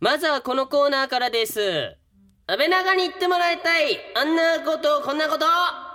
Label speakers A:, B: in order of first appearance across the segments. A: まずはこのコーナーからです。安倍長に言ってもらいたい。あんなこと、こんなこと。は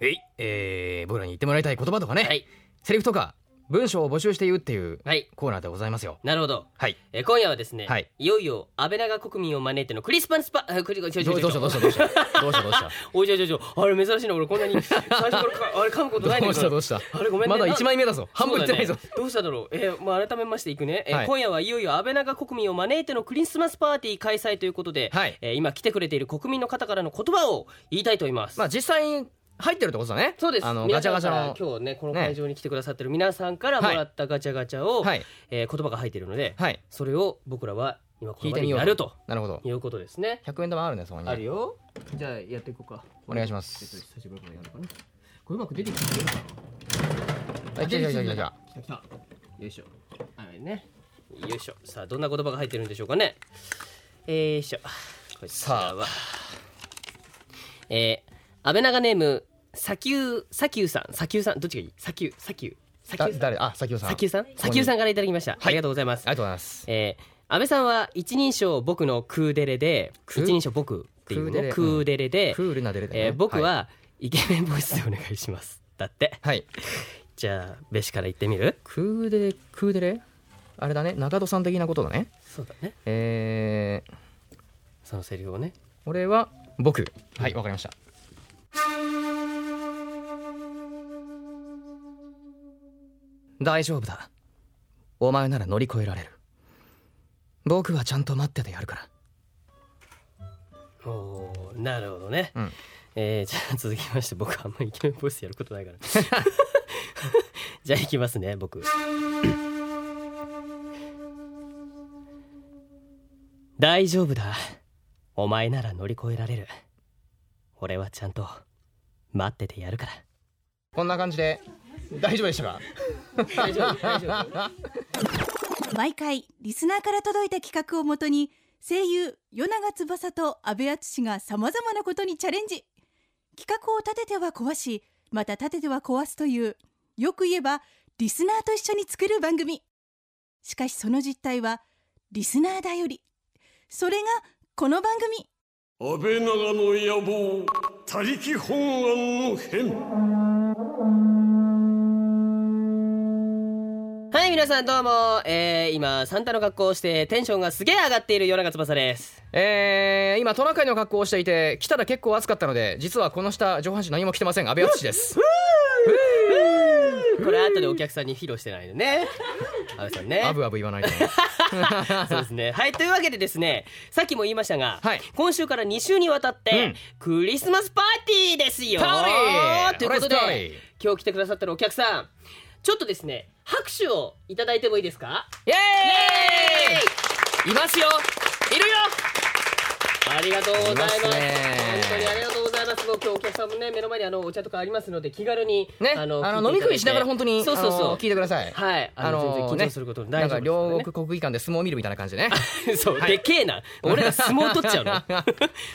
B: えい、えー、僕らに言ってもらいたい言葉とかね、
A: い。
B: セリフとか文章を募集して言うっていう
A: はい。
B: コーナーでございますよ。
A: なるほど。
B: はい。
A: えー今夜はですね、
B: はいい、
A: よいよ安倍長国民を招いてのクリスパンスパ、 あクリちょち
B: ど
A: ょ
B: う
A: ち
B: ど
A: ょ
B: うし
A: ち
B: た
A: ょ
B: どうしたどうし たどうしたどうした
A: おいちょいちょいちょい、あれ珍しいな、俺こんなに最初からかあれ噛むことない
B: ど
A: ね
B: うしたど
A: こ
B: うした
A: れあれごめんね。
B: まだ
A: な
B: 1枚目だぞ半分いってないぞ
A: そう、だねどうしただろうえーまあ改めましていくね、えー
B: はい
A: 今夜はいよいよ安倍長国民を招いてのクリスマスパーティー開催ということで、
B: はい
A: えー今来てくれている国民の方からの言葉を言いたいと思います、
B: まあ実際に入ってるってことだね
A: そうです
B: あのガ
A: 皆
B: チ
A: さん
B: ャガチ
A: か
B: ャ
A: ら
B: の
A: 今日ねこの
B: ね
A: 会場に来てくださってる皆さんからもらったガチャガチャを、
B: はい
A: えー言葉が入っているので、
B: はい
A: それを僕らは今こ
B: 引
A: の場
B: いて
A: で
B: みよう
A: やると
B: なるほど
A: いうことですね
B: 100円玉あるねそこにね
A: あるよじゃあやっていこうか
B: お願いします
A: ちょっと久しぶりからやるかなこれうまく出てきてくれるかな
B: はいじゃあじゃあじゃあじゃあ
A: 来た来たよいしょあれねよいしょさあどんな言葉が入ってるんでしょうかねえーよいしょこちらはえー、安倍長ネーム砂丘砂丘さん砂丘さんどっちがいい砂丘砂丘砂
B: だ
A: 丘さん
B: 誰あ先ほさん
A: 砂丘さん
B: こに
A: 砂丘さんからいただきました、
B: い
A: ありがとうございます
B: ありがとうございます
A: えー安倍さんは一人称僕のクーデレで
B: ク
A: 一
B: ー
A: 人称僕っていう
B: クーデ
A: ね
B: レ
A: クーデレで、
B: クールなデレだね
A: えー僕はイケメンボイスでお願いしますだって
B: はい
A: じゃあべしから言ってみる
B: クーデレクーデレあれだね中戸さん的なことだね
A: そうだね
B: えー、
A: そのセリフをね
B: 俺は僕はいわかりました大丈夫だお前なら乗り越えられる僕はちゃんと待っててやるか
A: おーなるほどね、
B: らうん
A: えーじゃあ続きまして僕はあんまりイケメンボイスやることない からじゃあいきますね僕大丈夫だお前なら乗り越えられる俺はちゃんと待っててやるから
B: こんな感じで大丈夫でしたか
A: 大丈夫大丈夫
C: 毎回リスナーから届いた企画をもとに声優与永翼と阿部淳がさまざまなことにチャレンジ企画を立てては壊しまた立てては壊すというよく言えばリスナーと一緒に作る番組しかしその実態はリスナーだよりそれがこの番組
D: 安倍長の野望他力本願の変
A: はい皆さんどうも、えー今サンタの格好をしてテンションがすげえ上がっている夜中翼です
B: えー、今トナカイの格好をしていて来たら結構暑かったので実はこの下上半身何も着てません阿部淳です
A: これ後でお客さんに披露してないのね阿部さんね
B: アブアブ言わないとね
A: そうですね。はい、というわけでですね、さっきも言いましたが、
B: はい
A: 今週から2週にわたって、クリスマスパーティーですよ
B: パーティー
A: ということ
B: これです
A: で
B: パーティー、
A: 今日来てくださってるお客さん、ちょっとですね、拍手をいただいてもいいですか
B: イエ
A: イエ
B: ーイいますよいるよ
A: ありがとうございます。
B: い
A: 本
B: ますね
A: 当にありがとうございます。もう今日お客さんもね、目の前にあのお茶とかありますので、気軽に、
B: ね、あの飲み食いしながら本当に
A: そうそう
B: あ
A: そう。
B: の聞いてください。
A: はいあの全然緊張することない
B: なんか両国国技館で相撲を見るみたいな感じ でね。
A: そう、でけえな俺ら相撲取っちゃう の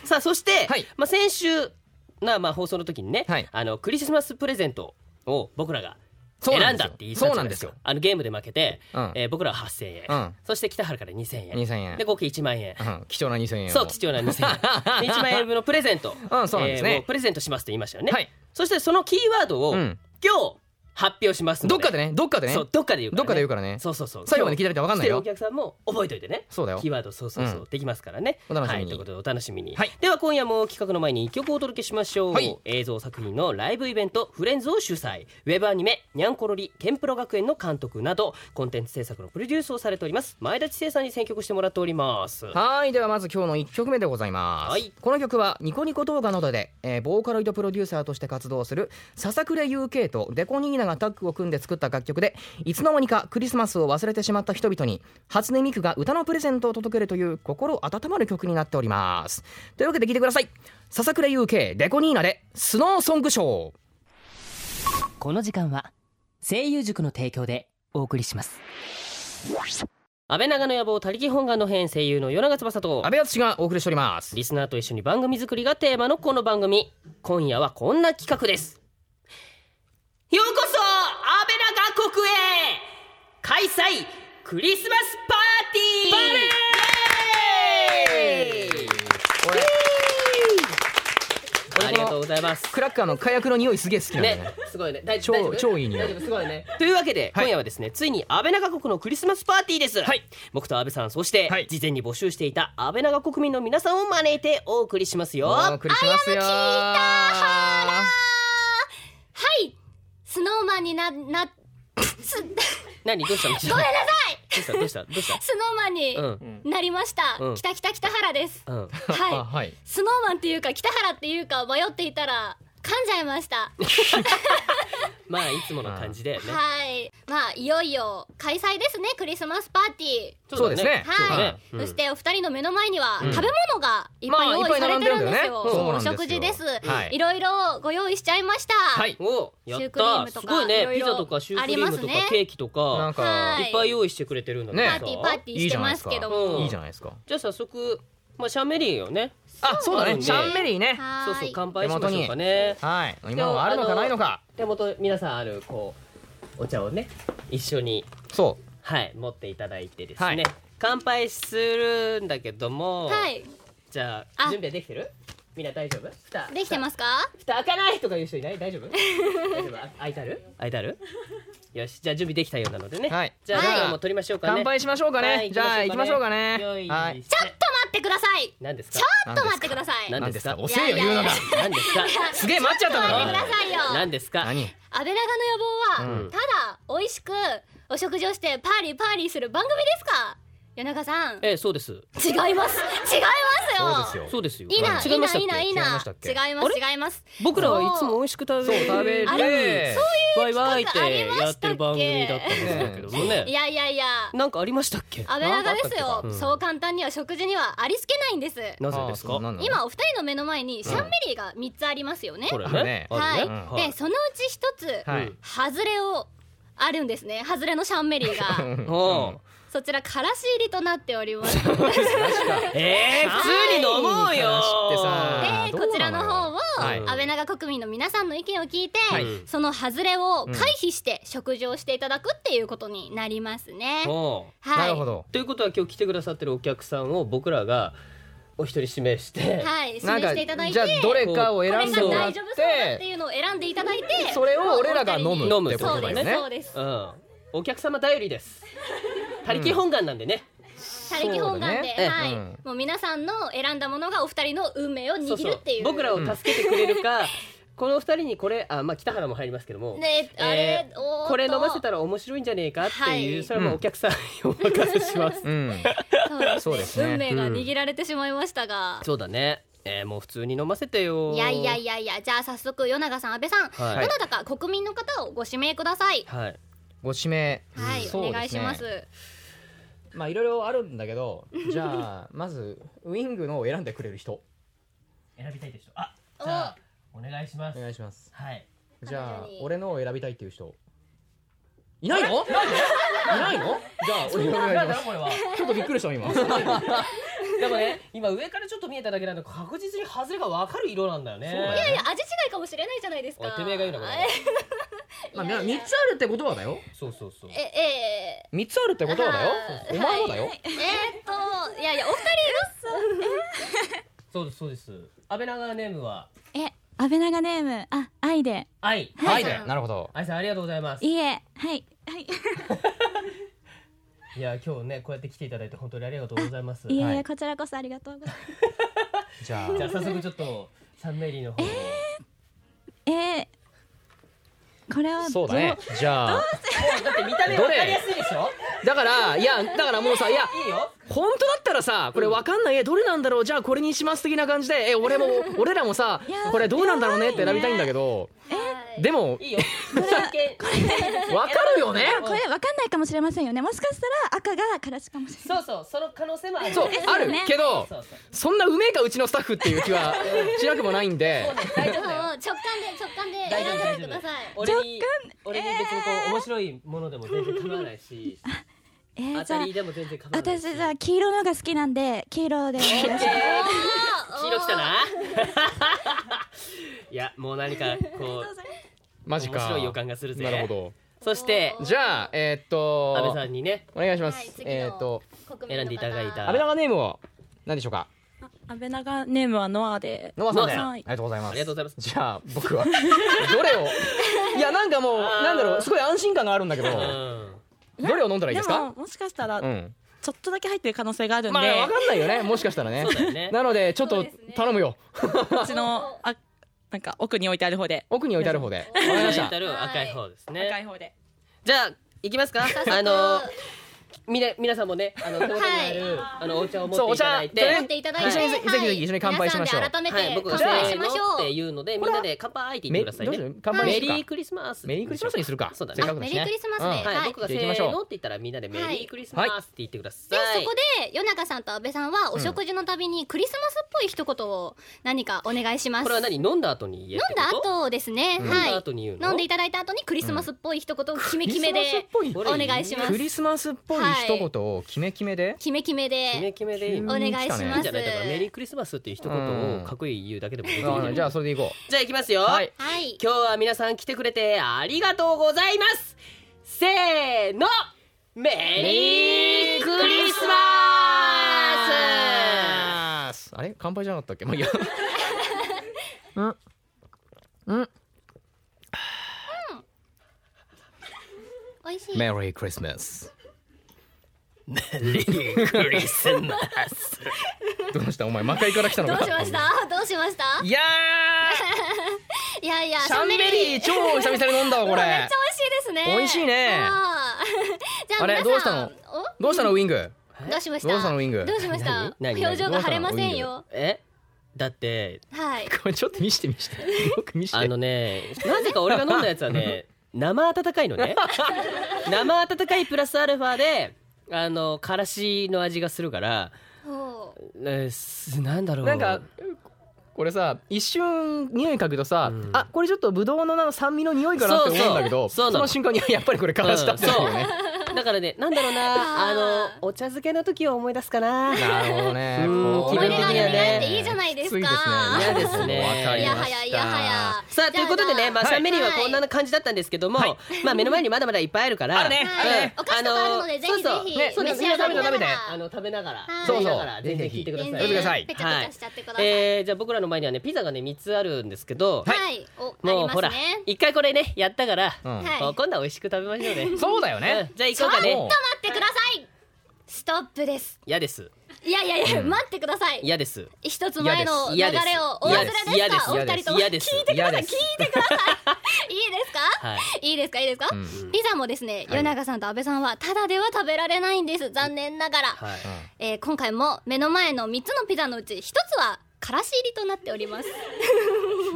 A: さあそして、
B: はい
A: まあ、先週な、まあ、放送の時にね、
B: はい
A: あのクリスマスプレゼントを僕らが
B: そうな
A: 選
B: ん
A: ん
B: です
A: だっ
B: よ
A: て言いたじゃない
B: そうなんですよ
A: あのゲームで負けて、
B: うん
A: えー僕らは8000円、
B: うん
A: そして北原から2000円
B: 2000円
A: で合計1万円、
B: うん貴重な2000円を。
A: そう貴重な2000円 で1万円分のプレゼント、
B: うんそうなんですね
A: もうプレゼントしますと言いましたよね、
B: はい
A: そしてそのキーワードを、
B: うん
A: 今日発表しますので
B: どっかでね、どっかでね
A: そ、うどっかで言うからね
B: どっかで言うからね
A: そうそうそう
B: 最後まで聞いてないと分かんないよ
A: 来てるお客さんも覚えといてね
B: そうだよ
A: キーワードそうそうそう、
B: うん
A: できますからね
B: お楽しみ
A: はい、とい
B: に
A: うことでお楽しみに、
B: はい
A: では今夜も企画の前に一曲をお届けしましょう、
B: はい
A: 映像作品のライブイベント「フレンズ」を主催ウェブアニメ「にゃんころりケンプロ学園」の監督などコンテンツ制作のプロデュースをされております前田知世さんに選曲してもらっております
B: はいではまず今日の1曲目でございます、
A: はい
B: この曲はニコニコ動画などで、えーボーカロイドプロデューサーとして活動する笹倉 UK とデコニーナがタッグを組んで作った楽曲でいつの間にかクリスマスを忘れてしまった人々に初音ミクが歌のプレゼントを届けるという心温まる曲になっておりますというわけで聴いてください笹倉 UK デコニーナでスノーソングショー
A: この時間は声優塾の提供でお送りします安倍長の野望他力本願の編声優の与永翼と
B: 安倍淳がお送りしております
A: リスナーと一緒に番組作りがテーマのこの番組今夜はこんな企画ですようこそ安倍長国へ開催クリスマスパーティーざいます
B: クラッカーの火薬の匂いすげえ好きなんだよね
A: ね、すごいね。大
B: 超
A: 大丈夫
B: 超いい匂い
A: 大丈夫すごいね。というわけで、今夜はですね、ついに安倍長国のクリスマスパーティーです。
B: はい
A: 僕と安倍さん、そして、
B: はい
A: 事前に募集していた安倍長国民の皆さんを招いてお送りしますよ。
B: お送りしますよ
E: はいスノーマンにななす
A: 何どうしたの？ごめんなさい。どうしたどう したどうし
E: スノーマンに
A: た？う
E: なりました、
A: うん
E: 北北北 原です
A: んうん。
B: あ
E: はい
B: はい
E: スノーマンっていうか北原っていうか迷っていたら噛んじゃいました、
A: まあいつもの感じでね。
E: はいまあいよいよ開催ですねクリスマスパーティー
B: そうですね
E: はい、
A: そうだねうん
E: そしてお二人の目の前には
B: うん
E: 食べ物がいっぱい用意されてるんですよ,、
B: まあいっぱい並んでるんだよねそうなん
E: お
B: ですよ
E: 食事です、
B: はい
E: い、ろいろご用意しちゃいました、
B: はい
A: おや
E: シュ
A: っ
E: ークリーム
A: た
E: とか
A: すごいね
E: いろい
A: ピ
E: ろ
A: ザとかシュークリームと
E: あ
A: か
E: りますね
A: ケーキと
B: なん
A: か
B: か
E: はい
A: っぱい用意してくれてるんだ
B: ね
E: パーティーパーティーしてますけども
A: いいじゃないですか
B: いい
A: じ
B: じゃないですか
A: ゃあ早速まあシャンメリーをね
B: あそう
A: そ
B: だ
A: う
B: ね
A: ね
B: シャンメリーね
E: は
A: そ
E: ー
A: うそう
E: い
A: 乾杯しましょうかね
B: はい今のはあるのかないのか
A: 手元皆さんあるこうお茶をね一緒に
B: そ
A: はい持っていただいてですね、
B: はい
A: 乾杯するんだけども、
E: はい
A: じゃあ
E: あ
A: 準備はできてるみんな大丈夫蓋
E: できてますか
A: 蓋開かないとかいう人いない大 丈夫大丈夫あ開いてある開いてあるよしじゃあ準備できたようなのでね、
B: はい
A: じゃあ
E: はい
A: 今日も取りましょう
B: う
A: かね
B: 乾杯しましょうか
A: は
B: ね
A: い
B: じゃあ行きましょうかね
A: よいしょ
B: はい
E: ちょっと待ってください
A: 何ですか
E: ちょっと待ってください
A: 何
B: 何ですか
A: 何
E: です
B: 遅
E: か
B: えよ言うの
E: いやいやい
B: が
E: や
A: 何ですか
B: すげえ待っちゃ った
E: 待ってくだ
B: な
E: さいよ
A: 何ですか
B: 何
E: 安倍長の
B: う
E: 野望
B: ん
E: はただ美味しくお食事をしてパーリーパーリーする番組ですか夜中さん違い
A: ええそうです
E: ます違いますよ
B: そうです
A: そ
B: よ
A: うですよ
E: いいな
A: 違
E: いい
A: まし
E: な
A: たっ
E: い
A: け
E: いないい
B: 違い
E: な
B: ましたっけ
E: 違います違います
A: 僕らはいつも美味しく食べる
B: そう食べる
E: あ
B: れ
A: ワイワイって
E: ありま
A: やっ
E: し
A: て
E: たっけ
A: る番組だったんですけどもね
E: いやいやいや
A: なんかありましたっけ
E: 安倍
B: な
E: 長です
B: んかあったっ
E: よ
A: か
B: け
A: うん
E: そう簡単には食事にはありつけないんです
A: なぜですか
E: 今お二人の目の前にシャンメリーが三つありますよね
A: これ
B: ある
A: ね
B: ね
E: は
A: あ
E: い
A: るね
E: でそのうち一つ
B: はい
A: うん
E: 外れをあるんですね外れのシャンメリー が
A: おう
E: そちらからし入りとなっております。で、
A: えー普通に飲もうよ
B: はい
E: こちらの方を
B: はい
E: 安倍長国民の皆さんの意見を聞いて、
A: はい
E: そのハズレを回避して食事をしていただくっていうことになりますね。
A: おう
E: はい。
B: なるほど
A: ということは今日来てくださってるお客さんを僕らがお一人指名して
E: はい、
B: なん
E: 示し
B: か
E: ていただいて、
B: じゃあどれかを
E: こ
B: 選
E: れ
B: ん
E: が
B: でもら
E: 大
B: っ
E: 丈夫そうだってていうのを選んでいただいて、
B: それを俺らが飲む
A: 飲む
B: ってことだよね
E: そうです、そう
A: うんお客様頼りです他力本願なんでね
E: です。他力本願で、
B: そうだね
E: はい、
B: うん
E: もう皆さんの選んだものがお二人の運命を
A: そう
E: 握
A: そ
E: る
A: う
E: っていう。
A: 僕らを助けてくれるかこの二人にこれあまあ北原も入りますけども
E: ね、あれ
A: え、ー
E: おーっと
A: これ飲ませたら面白いんじゃねえかっていう、
E: はい
A: それはもうお客さんにお任せします、
B: うんそうですね
E: 運命が握られてしまいましたが、
A: そうだね、えー、もう普通に飲ませてよ
E: いやいやいやいやじゃあ早速与永さん安倍さん、
A: はい
E: どなたか国民の方をご指名ください
A: はい
B: ご指名
E: はい、
B: そうですね
E: お願いします
B: まあいろいろあるんだけどじゃあまずウイングのを選んでくれる人
A: 選びたいでしょあ
E: じゃあ
A: お願いしま
B: お願いします
A: はい
B: じゃあ
E: 彼女に
B: 俺のを選びたいっていう人いないのいないのじ ゃあ俺のお願いします
A: これは
B: ちょっとびっくりした 今
A: でもね今上からちょっと見えただけなんで確実にハズレがわかる色なんだよね
B: そうだよ
E: いやいや味違いかもしれないじゃないですか
A: おいてめえが言うなこれ
B: まあ三つあるってことはだよ
A: そうそうそう
E: ええ
B: 三つあるってことはだよお前もだよ
E: ー、えー、っといやいやお二
A: そうですそうです安倍長ネームは
F: え、安倍長ネーム、あ、愛で、
A: 愛
B: はいでなるほど
A: 愛さんありがとうございます
F: いえ、はい、はい、
A: いや今日ねこうやって来ていただいて本当にありがとうございます
F: いえ、
B: はい
F: こちらこそありがとうございます。
B: じゃ
A: じゃ
B: あ
A: あ早速ちょっとシャンメリーの方を
F: えー、これは
B: そうだねじゃあ
A: もうだって見た目わかりやすいでしょ
B: だからいやだからもうさいや
A: いいよ
B: 本当だったらさこれわかんないえどれなんだろうじゃあこれにします的な感じでえ 俺も俺らもさ
F: や
B: これどうなんだろうねって選びたいんだけど
E: 人
B: でも
A: いいよ
B: わかるよね
F: どうこれわかんないかもしれませんよね。もしかしたら赤がからしかもしれない。
A: そうそうその可能性もある
B: そう
F: です
B: あ
F: よ
B: る
F: ね
B: けど
A: そうそう
B: そんなうめえかうちのスタッフっていう気はしなくもないんで
A: 大丈
E: そう
A: 夫だよ
E: 直感で直感で
A: 大丈夫
E: 選ん
A: 大
E: で
A: 丈
E: く
A: 夫
E: ださい
A: 俺に俺に別にこう面白いものでも全然構わないし当
F: えー、じ
A: た
F: ゃあ
A: り、でも全然構わない
F: 私
A: し
F: じゃあ黄色のが好きなんで、黄色でお願いします。
A: 黄色きた ないやもう何かこ
B: マジ
A: 面
B: か
A: 白い予感がするぜ
B: なるほ
A: うそして
E: お
B: ど
E: ー
B: じゃあえーっと
A: 安倍さんにね
B: お願いしま
E: はい
B: す
E: 次の
B: えーっと
E: 国民の方
A: 選んでいただいた
B: 安倍長ネームを何でしょうか
F: あ
G: 安倍長ネームはノアで
B: ノアさんで、
G: ノアさん
B: ありがとうございます
A: ありがとうございます
B: じゃあ僕は どれをいやなんかもう
A: あー
B: なんだろうすごい安心感があるんだけど
A: うん
B: どれを飲んだらいいです
G: も
B: か
G: もしかしたら
B: う
G: ち
B: ん
G: ょっとだけ入ってる可能性があるんで、
B: まあわかんないよねもしかしたらね
A: そうだよね
B: なのでちょっ
E: そう
B: と
E: ですね
B: 頼むよ
G: こっちのあなんか奥に置いてある方で
B: 奥に置いてある方でわ
E: お
B: かりました
A: タル赤い方です
G: 赤い
A: ね
G: 方で
A: じゃあ行きますかあのみな皆さんもねあの手元にあるあのお茶を持っていただい
B: そうお茶
E: 持
A: て
E: っていただいて、
A: はい
B: ぜひぜひぜひ一緒に乾杯しましょう
E: 皆さんで
A: は
E: 改
A: い
E: めて
A: 僕が
E: 乾
A: せ
E: 杯し
A: ー
E: まし
A: のっ
E: ょう、
A: ていうのでみんなで乾杯って言ってください
B: めどう
A: ね
B: する乾杯
A: メ
B: しよう
A: リー
B: か
A: クリスマス
B: メリークリスマスにするか
A: そうだね
B: せっかくだし
E: あ
B: ね
E: メリークリスマスで
A: は
E: はい
A: い僕がせ
B: じゃあ行きましょ
A: ー
B: う
A: のって言ったらみんなでメリークリスマスって言ってくださ
E: で
A: い
E: そこで夜中さんと安倍さんはお食事のたびにクリスマスっぽい一言を何かお願いします、
A: これは何飲んだ後に言え
E: 飲
A: って
E: ん
A: こと
E: だ後ですね、
A: 飲ん
E: はい
A: だ後に言うの
E: 飲んでいただいた後にクリスマスっぽい一言をキメキメで
B: クリスマスっぽい
E: お願いします
B: クリスマスっぽい一言をキメキメで
E: キメキメ
A: 決め
E: で
A: 決めでいい
E: お
A: の
B: うん
E: 願いします
B: いいん
A: いいんじゃないだからメリークリスマスっていう一言をかっこいい言うだけでもできる
B: うんじゃあそれでいこ
A: じゃあ行きますよ、
B: うはい
E: はい
A: 今日は皆さん来てくれてありがとうございますせーのメリークリスマ
B: あれ乾杯じゃなかったっけまあいい やうんうん
E: 美味しい
B: メリークリスマ
A: ス
B: ス
A: メリークリスマス
B: どうしたお前魔界から来たの
E: どう
B: か
E: しましたどうしました
B: いや
E: いやいや
B: ーシャンベリー超久々に飲んだわこ
E: めっ
B: れ
E: ちゃ美味しいですね
B: 美味しいね
E: あーじゃあ
B: あれ
E: 皆さん
B: どうしたの
E: お
B: どうしたのウィング
E: どうしました
B: どうしたのウィング
E: どうしました
A: 何何
E: 表情が晴れませんよ
A: えだって
E: はい
B: これちょっと見して見してよく見して
A: あのねなぜか俺が飲んだやつはね生温かいのね生温かいプラスアルファであのからしの味がするから、
E: ほう
A: えーすなんだろう
B: なんかこれさ一瞬匂い嗅ぐとさ、
A: うん
B: あこれちょっとブドウのな酸味の匂いかなって思うんだけ
A: そうそう
B: ど
A: そうなの
B: の瞬間にいややっぱりこれからしたってなるよね、
A: だからねなんだろうなあのお茶漬けの時を思い出すかな
B: なるほどね
A: うん
B: こ
E: 思
A: 気
E: い
A: 分
E: 出
A: 的
E: が
A: には
E: 蘇っ
A: ね
E: ていいじゃないです
B: き
E: か
B: つい
A: 嫌
B: で
A: ですす
B: ね
A: ね
B: わか
E: い
B: り
E: や
B: ま
E: は
B: し
E: や
B: た
E: いやはや
A: さあということでね、まあ、
B: はい
A: シャンメリーはこんな感じだったんですけども、まあ目の前にまだまだいっぱいあるから、
B: あるねあるね
E: お菓子とかあるので
A: あそうそう
E: ぜひぜひ
A: ねそうそう
E: 召し上がりながら
A: 食べて食べてあの食べながら
E: はい
A: 食べながら全然聞いてください
E: 全
A: ね
E: 然
B: やってください
E: ペチャペチャしちゃってください
A: えー、じゃあ僕らの前にはねピザがね3つあるんですけど、
E: はいおあり
A: もう
E: ま
A: ほ
E: す
A: ら
E: ね
A: 一回これねやったから、
B: うん
E: はい
A: もう今度は美味しく食べましょうね
B: そうだよね
A: うんじゃあ行こうか
B: も
A: ね
B: う
E: ちょっと待ってくださいストップです
A: 嫌です
E: いやいやいや、待ってください
A: 嫌です
E: 一つ前の流れ
A: 嫌です
E: をお忘れ
A: 嫌
E: で
A: ですす
E: かお二人とも
A: 嫌です
E: 聞いてくださ
B: 嫌
E: い聞い
B: です
E: てくださいいいですか、
A: はい
E: いいですかいいですか、
B: うん
E: ピザもですね、夜中さんと安倍さんはただでは食べられないんです残念ながら、
A: はい、
E: えー今回も目の前の3つのピザのうち1つはからし入りとなっております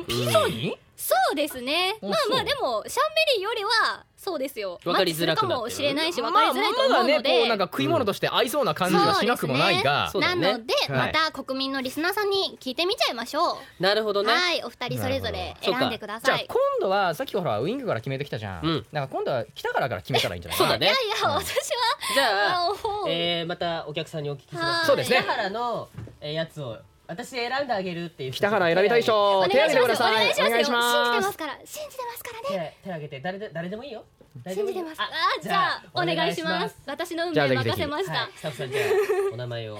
B: ピザに
E: そうですね
B: あ
E: まあま
B: そ
E: あ
B: う
E: でもシャンベリーよりはそうですよ
A: わかりづらくなってる
E: マッチするかもしれないし
B: ま
E: わ
B: あ
E: かり
B: ま
E: づらいと思
B: だ
E: う
B: ねこう
E: ので、
B: なんか食い物として合いそうな感じはしなくもないが、
A: そうだ
E: な
A: ね
E: ので、
B: はい
E: また国民のリスナーさんに聞いてみちゃいましょ
A: なるほど
E: う、
A: ね、
E: はいお二人それぞれ選んでくだ
B: じゃあ
E: さい
B: 今度はさっきほらウイングから決めてきたじゃん、
A: うん
B: なんか今度は来たからから決めたらいいんじゃない
A: そうだね
E: いやいや私
A: じゃあ
E: は、あの
A: えー、またお客さんにお聞きし
E: は
A: ま
E: い
A: す
E: そうですね
A: 北原の、えー、やつを私選んであげるっていう
B: 北原選びたい
A: ょ
B: 人
E: お
B: 手
E: 願い
B: 挙げ
E: してま
B: く
E: す
B: ださい
E: お願いします
B: お願いし
E: 信じてま
B: ます
E: から信じてますからね
A: 手手挙げて誰で誰でもいいよ誰で
E: 信
A: もい
E: じ
A: いよ
E: てます
A: あ
E: あじゃあお願いします私の運
B: じゃあ
E: 命
B: ぜひぜ
E: 任
B: ひ
E: せました、
A: はい、スタッフさんじゃあお名前を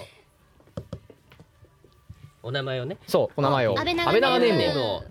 A: お名前をね
B: そうお名前を
E: 安倍長
B: 長ネ
E: ネ
B: ーム
E: ーム
B: を
A: を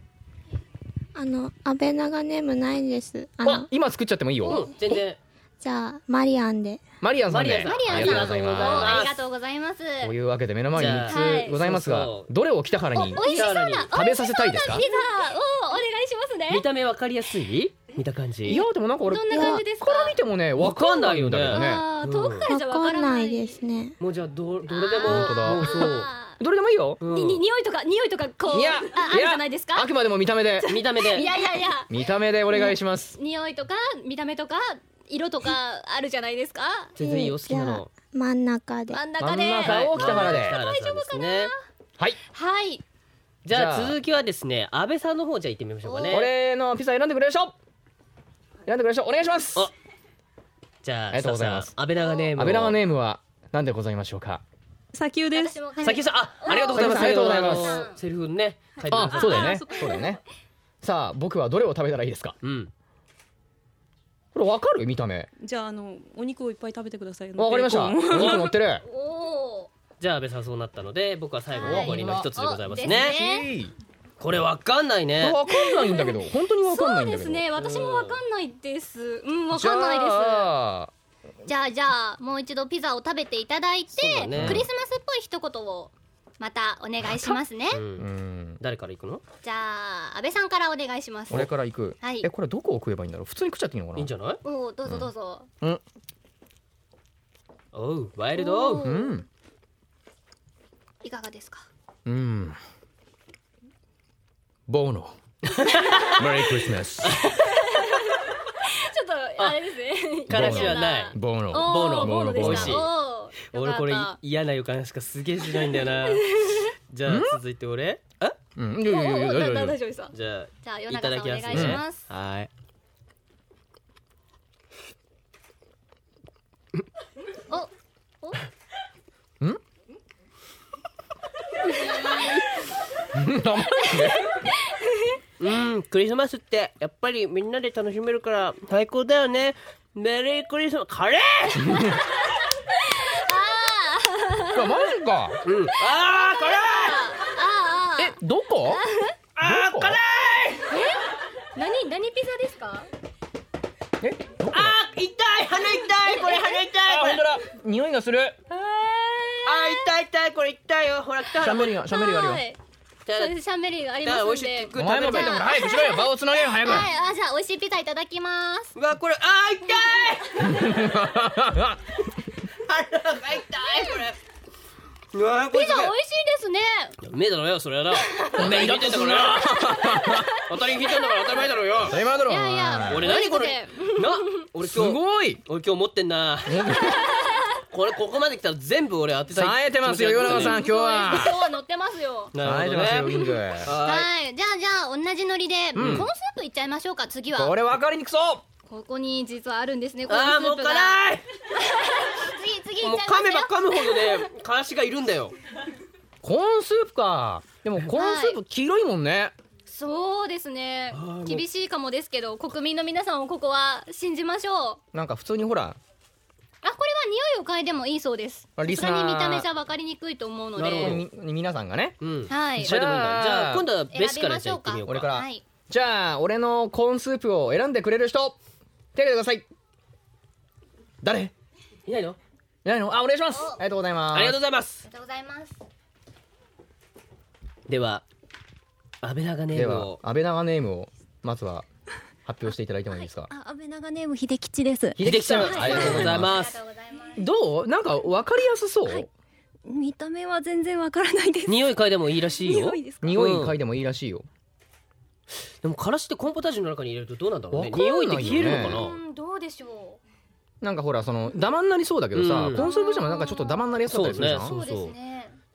H: あの、安倍長ネームないんです。あ
B: あ
H: の、
B: 今作っちゃってもいいよ、
A: うん全然
H: じゃあ、マリアンで。
B: マリアンさんで
A: マ
E: マリアンさん
B: ありがとうござい
A: す
E: あ
B: ま
E: りがとうございます
B: すというわけで目の前に
A: じ
E: ゃあ
B: 3つございますが、
A: はいそうそう
B: どれを北原
E: お
B: に
E: 美味しそうな美味しそうな
B: 食べさせたいですか
E: ピザをお願いしますね
A: 見た目わかりやすい見た感じ
B: いやでもなんか俺
E: どんな感じですか
B: これ見てもねわかんないんだけどね
E: あー遠くから
H: わ
E: じゃわか
H: からん
E: な
H: ないいですね。
A: もうじゃあどどれでも
B: 本当だ
A: もうそう、
E: あ
B: どれでもいいよ、
A: う
E: ー
A: ん
E: にに匂いとか匂いとかこう
B: いや
E: ああるじゃないですか
B: あくまでも見た目で
A: 見た目で
E: いやいやいや
B: 見た目でお願いします
E: 匂いとか見た目とか色とかあるじゃないですか
A: 全然いいよ好きな
H: じゃ
A: の
H: あ、真ん中で。
E: 真ん中で
B: 真ん中を北原で
A: 北原さんですね
B: はい
E: はい
A: じゃあ
B: じゃあ
A: 続きはですね安倍さんの方じゃあ行ってみましょうかね
B: 俺のピザ選んでくれる人選んでくれる人お願いします
A: あじゃあ
B: ありがとうございます
A: スタッフさん安倍長ネームを
B: 安倍長ネームは何でございましょうか
G: 砂丘です
E: 私も考え
A: 先さんあありがとうございます
B: ありがとうございます
A: あのセリフね書いてくださ
B: あ
A: い
B: そうだよねそうだよねさあ僕はどれを食べたらいいですか
A: うん
B: これわかる見た目
G: じゃああのお肉をいっぱい食べてください
B: わかりましたお
G: ベーコン
B: 肉乗ってる
E: おー
A: じゃあ安倍さんそうなったので僕は最後の
E: はい
A: 残りの一つでございます
E: おです
A: ね
E: ね
A: これわかんないね
B: わかんないんだけど本当にわかんないん
E: そう
B: だ
E: で
B: けど
E: すね私もわかんないですうんわ
B: じ
E: かんないです
B: ゃあ
E: じゃあじゃあもう一度ピザを食べていただいて
A: そうだね
E: クリスマスっぽい一言をまたお願いしますね
A: う
B: うんん
A: 誰から行くの
E: じゃあ安倍さんからお願いします
B: 俺から行く、
E: はい
B: えこれどこを食えばいいんだろう普通に食っちゃっていいのかない
A: いんじゃない
E: おおどうぞどうぞ、
A: おうワイルドオ
E: お
A: ー
E: う
B: うん
E: いかがですか
B: うんボー ノメリークリスマス
E: ちょっとあれですね
A: からしはない
B: ボーノ
A: ボー
E: ボ
A: ノ
E: ボーノで
A: 美
E: し
A: 味
E: た
A: しい
E: おー
A: 俺これ
E: よかった
A: 嫌な予感しかすげえしないんだよなじゃあ続いて俺あ
B: うんいやいやいや
E: おーおー
B: いやい
E: だ
B: やいや
E: だ大丈夫ですか
A: じゃ
E: じゃあ
A: あ
E: 夜
A: いた
E: 中
A: だ
E: さん
A: きま
E: お願い
A: す
E: し
A: ね
E: ます
A: はい
E: おお
A: うんクリスマスってやっぱりみんなで楽しめるから最高だよねメリークリスマスカレー
B: マ
A: うんあ
B: ジか
A: ーカレー
E: あーあー
B: えどこ
A: あ
B: ど
A: ー
B: こ
A: カレ
E: 何何ピザですか
B: えどこだ
A: ーあー痛い鼻痛いこれ鼻痛いこれあ
B: だ匂いがする
A: ー痛い痛いこれ痛いよほら北
B: シャ
A: 原
B: ンメリーがシャンメリーがあるよ
E: はい
A: 北
E: そう
A: 原
E: ですシャンメリーがあり
A: 北
E: ます
A: 原美
E: ん
A: 味しい
E: で
A: って
B: お
A: 食う
B: 前も
A: 食べ
B: 食
A: た
B: べて
A: い
B: もら早くしろよ場をつなげよ早く
E: はい、あ、じゃあ、美味しいピザいただきます。
A: うわこれあー痛い 腹が痛いこれうわーこ
E: ピ
A: れ
E: ザ美味しいですね。
A: ダメだろよそれはなお前イラッとするな 当たり引いたんだから当たり前だろうよ
B: 当たり前だろ
E: いやいや、
A: 俺何これ
E: マジで
A: な俺
B: す
A: 今日
B: ごい
A: 俺今日持ってんなこれここまで来たら全部俺当てたい
B: 冴えてますよ世永さん今日
E: 今
B: は
E: 日は乗ってますよ。
A: な
B: 冴え
A: る
B: て
A: ほ
B: ますよウ
A: ど
B: ィン
A: ね
B: グ
A: は
E: はい、じゃあ、じゃあ、同じノリで、このスープいっちゃいましょうか、次
B: こ
E: は。
B: れ分かりにくそう
E: ここに実はあるんですね、
A: い
E: このス
A: ああも
E: ー
A: う
E: プが。
A: 辛い
E: 次、次い
A: も
E: っ
A: う
E: ちゃい
A: 噛めば
E: ますよ。
A: 噛むほどねからしがいるんだよ
B: コーンスープかでもコーンスープ黄色いもんね、
E: そうですね
A: ーもう。
E: 厳しいかもですけど、国民の皆さんをここは信じましょう。
B: なんか普通にほら
E: あ、これは匂いを嗅いでもいいそうです。
B: あリ
E: さ
B: ス
E: す
B: ナー
E: がに見た目じゃ分かりにくいと思うの
A: なるほど
E: で。
B: み皆さんがね
A: うん
E: はい。
A: じゃあでもいいんだじゃあ今度はベ
E: 選
A: ス
E: び
A: から
E: ま
A: じ
E: し
A: ゃあ
E: ょ
A: 行っ
E: う
A: て
E: か。
A: みよう
B: 俺から
A: か
E: はい。
B: じゃあ俺のコーンスープを選んでくれる人手を挙げてください誰い
A: いないの
B: ないのあお願いしますありがとうございます
A: ありがとうございま
E: あり
A: す
E: がとうございます。
A: では安倍長ネ
B: で
A: ーム
B: は
A: を
B: 安倍長ネームをまずは発表していただいてもいいです か
F: あ、安倍長ネーム秀吉です。
A: 秀樹さん
B: はい
A: ありがとうござい
E: あ
A: ま
E: り
A: す
E: がとうございます。
B: どうなんか分かりやすそう、
F: 見た目は全然わからないです。
A: 匂い嗅いでもいいらしいよ
F: 匂いですか。
B: 匂い嗅いでもいいらしいよ、
A: でもからしってコーンポタージュの中に入れるとどうなんだろうね
B: わかんない
A: 匂
B: よ
A: い
B: ね
A: って消えるのか
E: う、
A: なん
E: どうでしょ。
B: なんかほらそのダマになりそうだけどさ、
A: うん
B: コーンスープじゃもなんかちょっとダマになりやすかったりするじゃん、
A: そうう
E: そうです
A: そう
E: ね。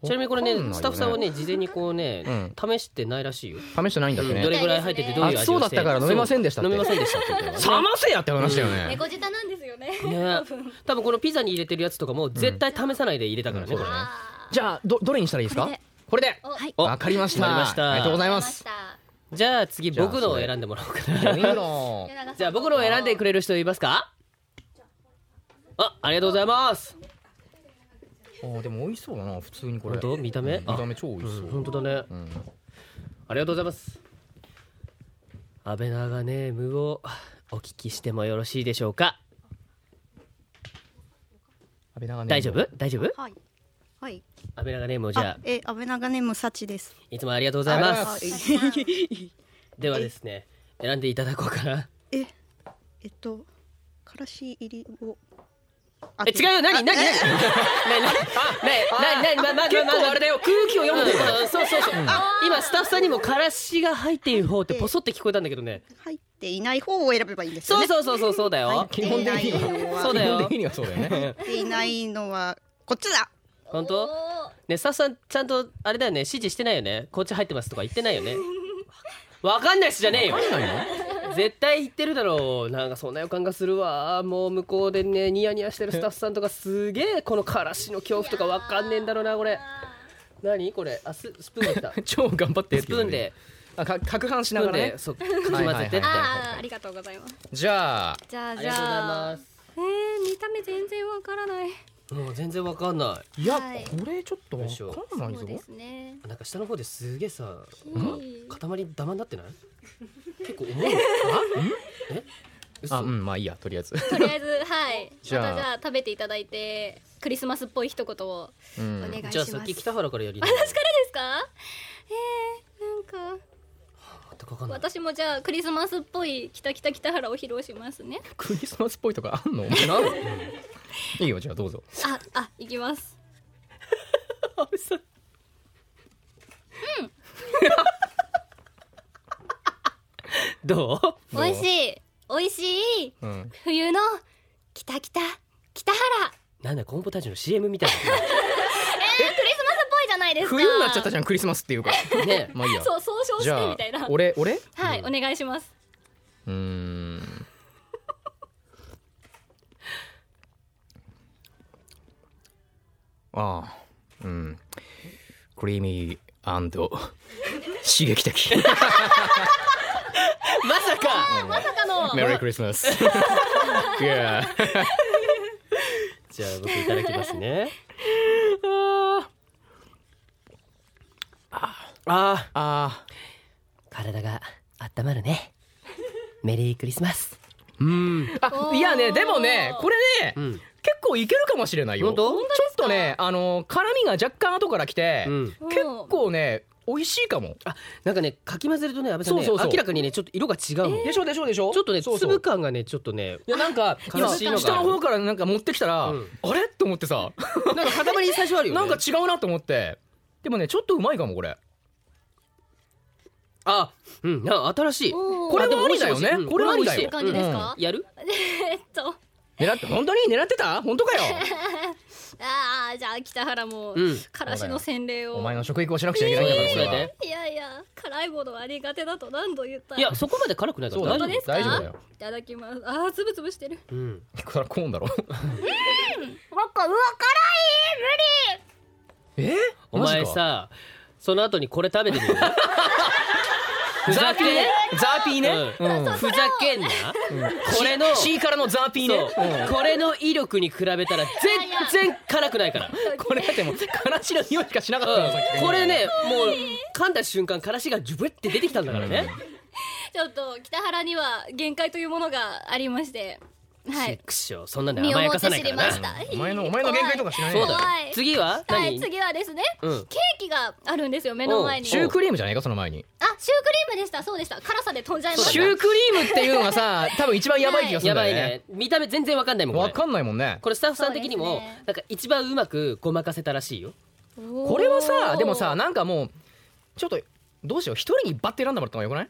A: ちなみにこれ
B: わかんないよ
A: ね
B: ね
A: スタッフさんはね事前にこうね試してないらしいよ
B: 試してないんだってね、
A: どれぐらい入っててどういう味をして
B: 熱そうだったから飲めませんでしたっ
A: 飲
B: て
A: めませんでしたって言ってた
B: 冷ませやって話だよね、
E: 猫舌なんですよね。
A: ね多分このピザに入れてるやつとかも絶対試さないで入れたからね、
B: うん
A: これね
E: あ
B: じゃあどどれにしたらいいですかこれで
E: ーおはい。
A: お
B: わかりました
A: わかりました
B: ありがとうござい
E: 出
B: ま
E: ますした。
A: じゃあ次
B: じゃあ
A: 僕のを
B: それ
A: 選んでもらおうか
B: いい
A: な
B: の
E: 柳さ
A: じゃあ僕のを選んでくれる人いますかあありがとうございます
B: あーでも美味しそうだな普通にこれ
A: 本当見た目
B: うん見た目超美味しそう、
A: 本当だね、
B: ん
A: ありがとうございます安倍長ネームをお聞きしてもよろしいでしょうか
B: 安倍長ネー
A: 大
B: ム
A: 丈夫大丈夫
I: はい。はい。
A: 安倍長ネームをじゃあ
I: え、安倍長ネームサチです。
A: いつもありがとうございます
B: ありが
A: ではですね選んでいただこうかな
I: え、えっと、からし入りを。あ
A: え違うよ何何何何何何何何何結構あれだよ空気を読むそうそうそうあ今スタッフさんにもからしが入っている方ってポソって聞こえたんだけどね
I: 入っていない方を選べばいいんですよ
A: そう
I: ね。
A: そうそうそうそうだよ
B: 基本的には
I: 入っていないのは
A: そうだよ
B: 基本的にはそうだよね
I: 入っていないのは、こっちだ
A: 本当ねスタッフさんちゃんとあれだよね指示してないよねこっち入ってますとか言ってないよねわかんないしじゃねえよ
B: 入んないの
A: 絶対言ってるだろうなんかそんな予感がするわもう向こうでねニヤニヤしてるスタッフさんとかすげえこのからしの恐怖とかわかんねえんだろうなこれ何これあススプーンできた
B: 超頑張って
A: スプーンで
B: あか攪拌
A: ス
B: し
A: プー
B: なが
A: ン
B: らね
A: でそうかき混ぜてって
B: はいはい
A: あ
E: あーありがとうございます。
B: じゃあ
E: じゃあ
A: り
E: じ
A: がとうござい
E: ゃ
A: ま
E: あ。
A: す
E: えー、見た目全然わからない。
A: もう全然わかんない
B: や、
E: はい
B: これちょっとわかんない
E: そう
B: ぞ
E: ですね
A: いなんか下の方ですげえさ
E: うん
A: 塊ダマになってない結構重いあえ嘘
B: あうんまあいいやとりあえず、
E: とりあえずはい
B: じゃあ
E: またじゃあ食べていただいてクリスマスっぽい一言
B: う
E: を
C: お願い
B: ん、
C: します
A: じゃあさっき北原からやりな
E: 私からですかえー、なんか
A: 全くわかんない
E: 私もじゃあクリスマスっぽい「きたきたきたはら」を披露しますね
B: クリスマスっぽいとかあん の
A: な
B: いいよじゃあどうぞ
E: ああいきます
A: どう
B: どう
E: 美味しい美味しい
B: うん
E: 冬の「きたきたきたはら」
A: なんだコーンポタージュの CM みたい
E: えー、クリスマスっぽいじゃないですか
B: 冬になっちゃったじゃんクリスマス っていうか
A: なね
B: まあいいや
E: そう総称し
B: じ
E: て
B: ゃあ
E: みたいなは
B: 俺 俺
E: いお願いします
B: うーんああうんクリーミー刺激的
A: まさか
E: まさかの
B: メリークリスマ スいや
A: じゃあ僕いただきますねああ
B: あ
A: 体が温まるねメリークリスマス
B: うんあいやねでもねこれね、
A: うん
B: 結構いけるかもしれないよ
A: 本当
B: ちょっとねあの辛みが若干後から来て、
A: うん
B: 結構ね美味しいかも
A: あなんかねかき混ぜるとね安倍さんね
B: そうそうそう
A: 明らかにねちょっと色が違うの、
B: でしょでしょでしょ
A: ちょっとね
B: そうそう
A: 粒感がねちょっとね
B: いやなんか今
A: 悲しいのが
B: 下の方からなんか持ってきたら、
A: うん
B: あれと思ってさ
A: なんか塊最初あるよ
B: な
A: ね
B: んか違うなと思ってでもねちょっとうまいかもこれ
A: あうんなんか新しい
E: おー
B: これもあり
A: し
B: だよね
A: うん
B: これもありだ
A: 美味しい
B: よ
E: 感じですか、
A: やる
E: えっと
B: 狙って本当に狙ってた本当かよ
E: ああじゃあ北原も
A: うん
E: からしの洗礼を、
B: お前の食育をしなくちゃいけないんだからそれ
A: え
B: で
E: いやいや辛いものは苦手だと何度言った
A: いやそこまで辛くないか
B: そう
A: ら
B: だ
A: 大丈
E: 本当
A: 夫
E: で
A: よ
B: 大丈夫
E: すか
B: だよ
E: いただきますああつぶつぶしてる
A: うん
B: これコーン だろ
E: わかうわ辛い
B: え
A: お前さその後にこれ食べて みるふ
B: ザ
A: ざ
B: ーピ
A: け
B: ーねザーピーね、
A: うんふざけんなこれの
B: シーからのザーピー
A: そう
B: ね、
A: これの威力に比べたら全然辛くない から
B: うんこれだってもうからしの匂いしかしなかったのさっき
A: これねもう噛んだ瞬間からしがジュブって出てきたんだからね、
E: 無理ちょっと北原には限界というものがありましては
A: ち
E: い
A: くしょうそんなんで
E: 身を
A: 甘や
E: も
A: か
E: っ
A: さ
E: て
A: ない
E: 知
A: か
E: り
A: ら
E: ま
A: な
E: した
B: お前のお前の限界とかしない
A: そうだよ
E: 怖い
A: 次は
E: は
A: 何
E: い、次はですね、
A: うん
E: ケーキがあるんですよ目の前にあ
B: シ
E: シ
B: ュ
E: ュー
B: ークリームじゃないかその前に
E: クリームでしたそうでした辛さで飛んじゃいまし
B: シ
E: た
B: ュークリームっていうのがさ多分一番やばい気がする
A: や
B: んだ
A: ばい
B: よね
A: ね見た目全然わかんないもんこ
B: わ
A: れ
B: かんないもんね
A: これスタッフさん的に
E: そう
A: も
E: ですね
A: なんか一番うまくごまかせたらしいよ
B: これはさ
E: おー
B: でもさなんかもうちょっとどうしよう一人にバッて選んだもらった方がよくない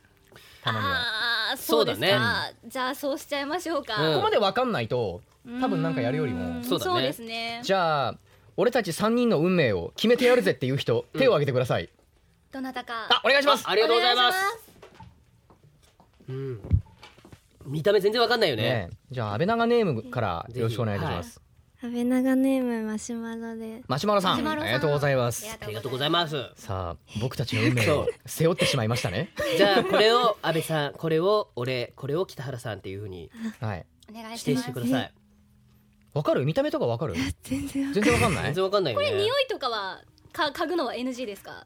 B: たまには
E: ああそうです
A: そう
E: か、じゃあそうしちゃいましょうか、
A: うん
B: ここまでわかんないと多分なんかやるより
E: う
B: も
E: ん
A: そうだね
E: そうですね
B: じゃあ俺たち3人の運命を決めてやるぜっていう人手を挙げてください
E: どなたか
B: あお願いします
A: あありがとうございます
E: お願し
A: うん見た目全然わかんないよね
B: ねじゃあ安倍長ネームからよろしくお願いいたします
H: 安倍長ネームマシュマロです。
B: マシュマロさんあ
E: マロさん
B: りがとうございま
E: ます
B: す
A: ありがとうございます
B: さあ僕たちの運命を背負ってしまいましたね
A: じゃあこれ を安倍さんこれを俺これを北原さんっていう風に
B: はい
E: お願いし
A: 指定
E: ま
A: し
E: す
A: てください
B: わかる見た目とかわかる
H: 全然わ
B: 全然わかんな
A: 全
B: い
A: 然わかんないよね
E: 匂いとかはか嗅ぐのは NG ですか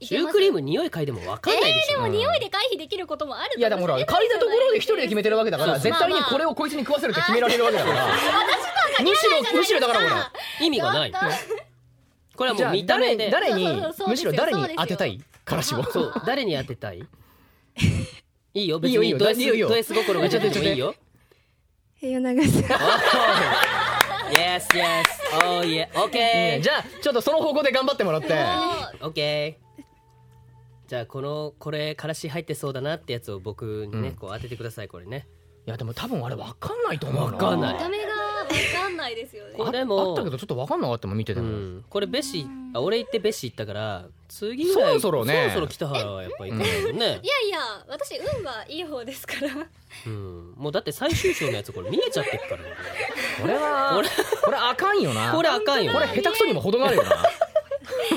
A: シュークリー
E: ム
A: ム匂い嗅いでもわ
E: え
A: かんないでし
E: ー、で
A: ょ
E: も匂いで回避できることもある
B: いやでもほら嗅いだところで一人で決めてるわけだから
A: そう
B: 絶対にこれをこいつに食わせるって決められるわけだからむしろむしろだからほら
A: 意味がない
E: ちょっ
A: これは
B: じ
A: も
B: ゃ
A: う
B: あ
A: 見た目で
B: 誰誰
E: そう
B: に
E: そうそう
B: むしろ
E: そうです
B: 誰
E: よ
B: に当てたいからしを
A: そう誰に当てたいいいよ
B: い
A: 別
B: いよい
A: に
B: いよ
A: ド S
B: いいよいいよ
A: ド S 心が出てもいいよ
H: かんない。米長さん。
A: Yes yes oh yeah
B: え
A: OK
B: ーじゃあちょっとその方向で頑張ってもらって
A: オッケーじゃあこのこれからし入ってそうだなってやつを僕にね、
B: うん
A: こう当ててくださいこれね
B: いやでも多分あれわかんないと思う
A: わかんな
E: 見
A: い
E: た目がわかんないですよね
A: こ
B: あ
A: れも
B: あったけどちょっとわかんなかったもん見てて
A: う
B: も
A: ん、これべしあ俺行ってべし行ったから次ぐらい
B: そろそろね
A: そろそろ北原はやっぱ行かないもんね
E: い、やいや私運はいい方ですから
A: うん、もうだって最終章のやつこれ見えちゃってるからね
B: これはこれあかんよ な
A: これあかんよ
B: これ下手くそにも程があるよな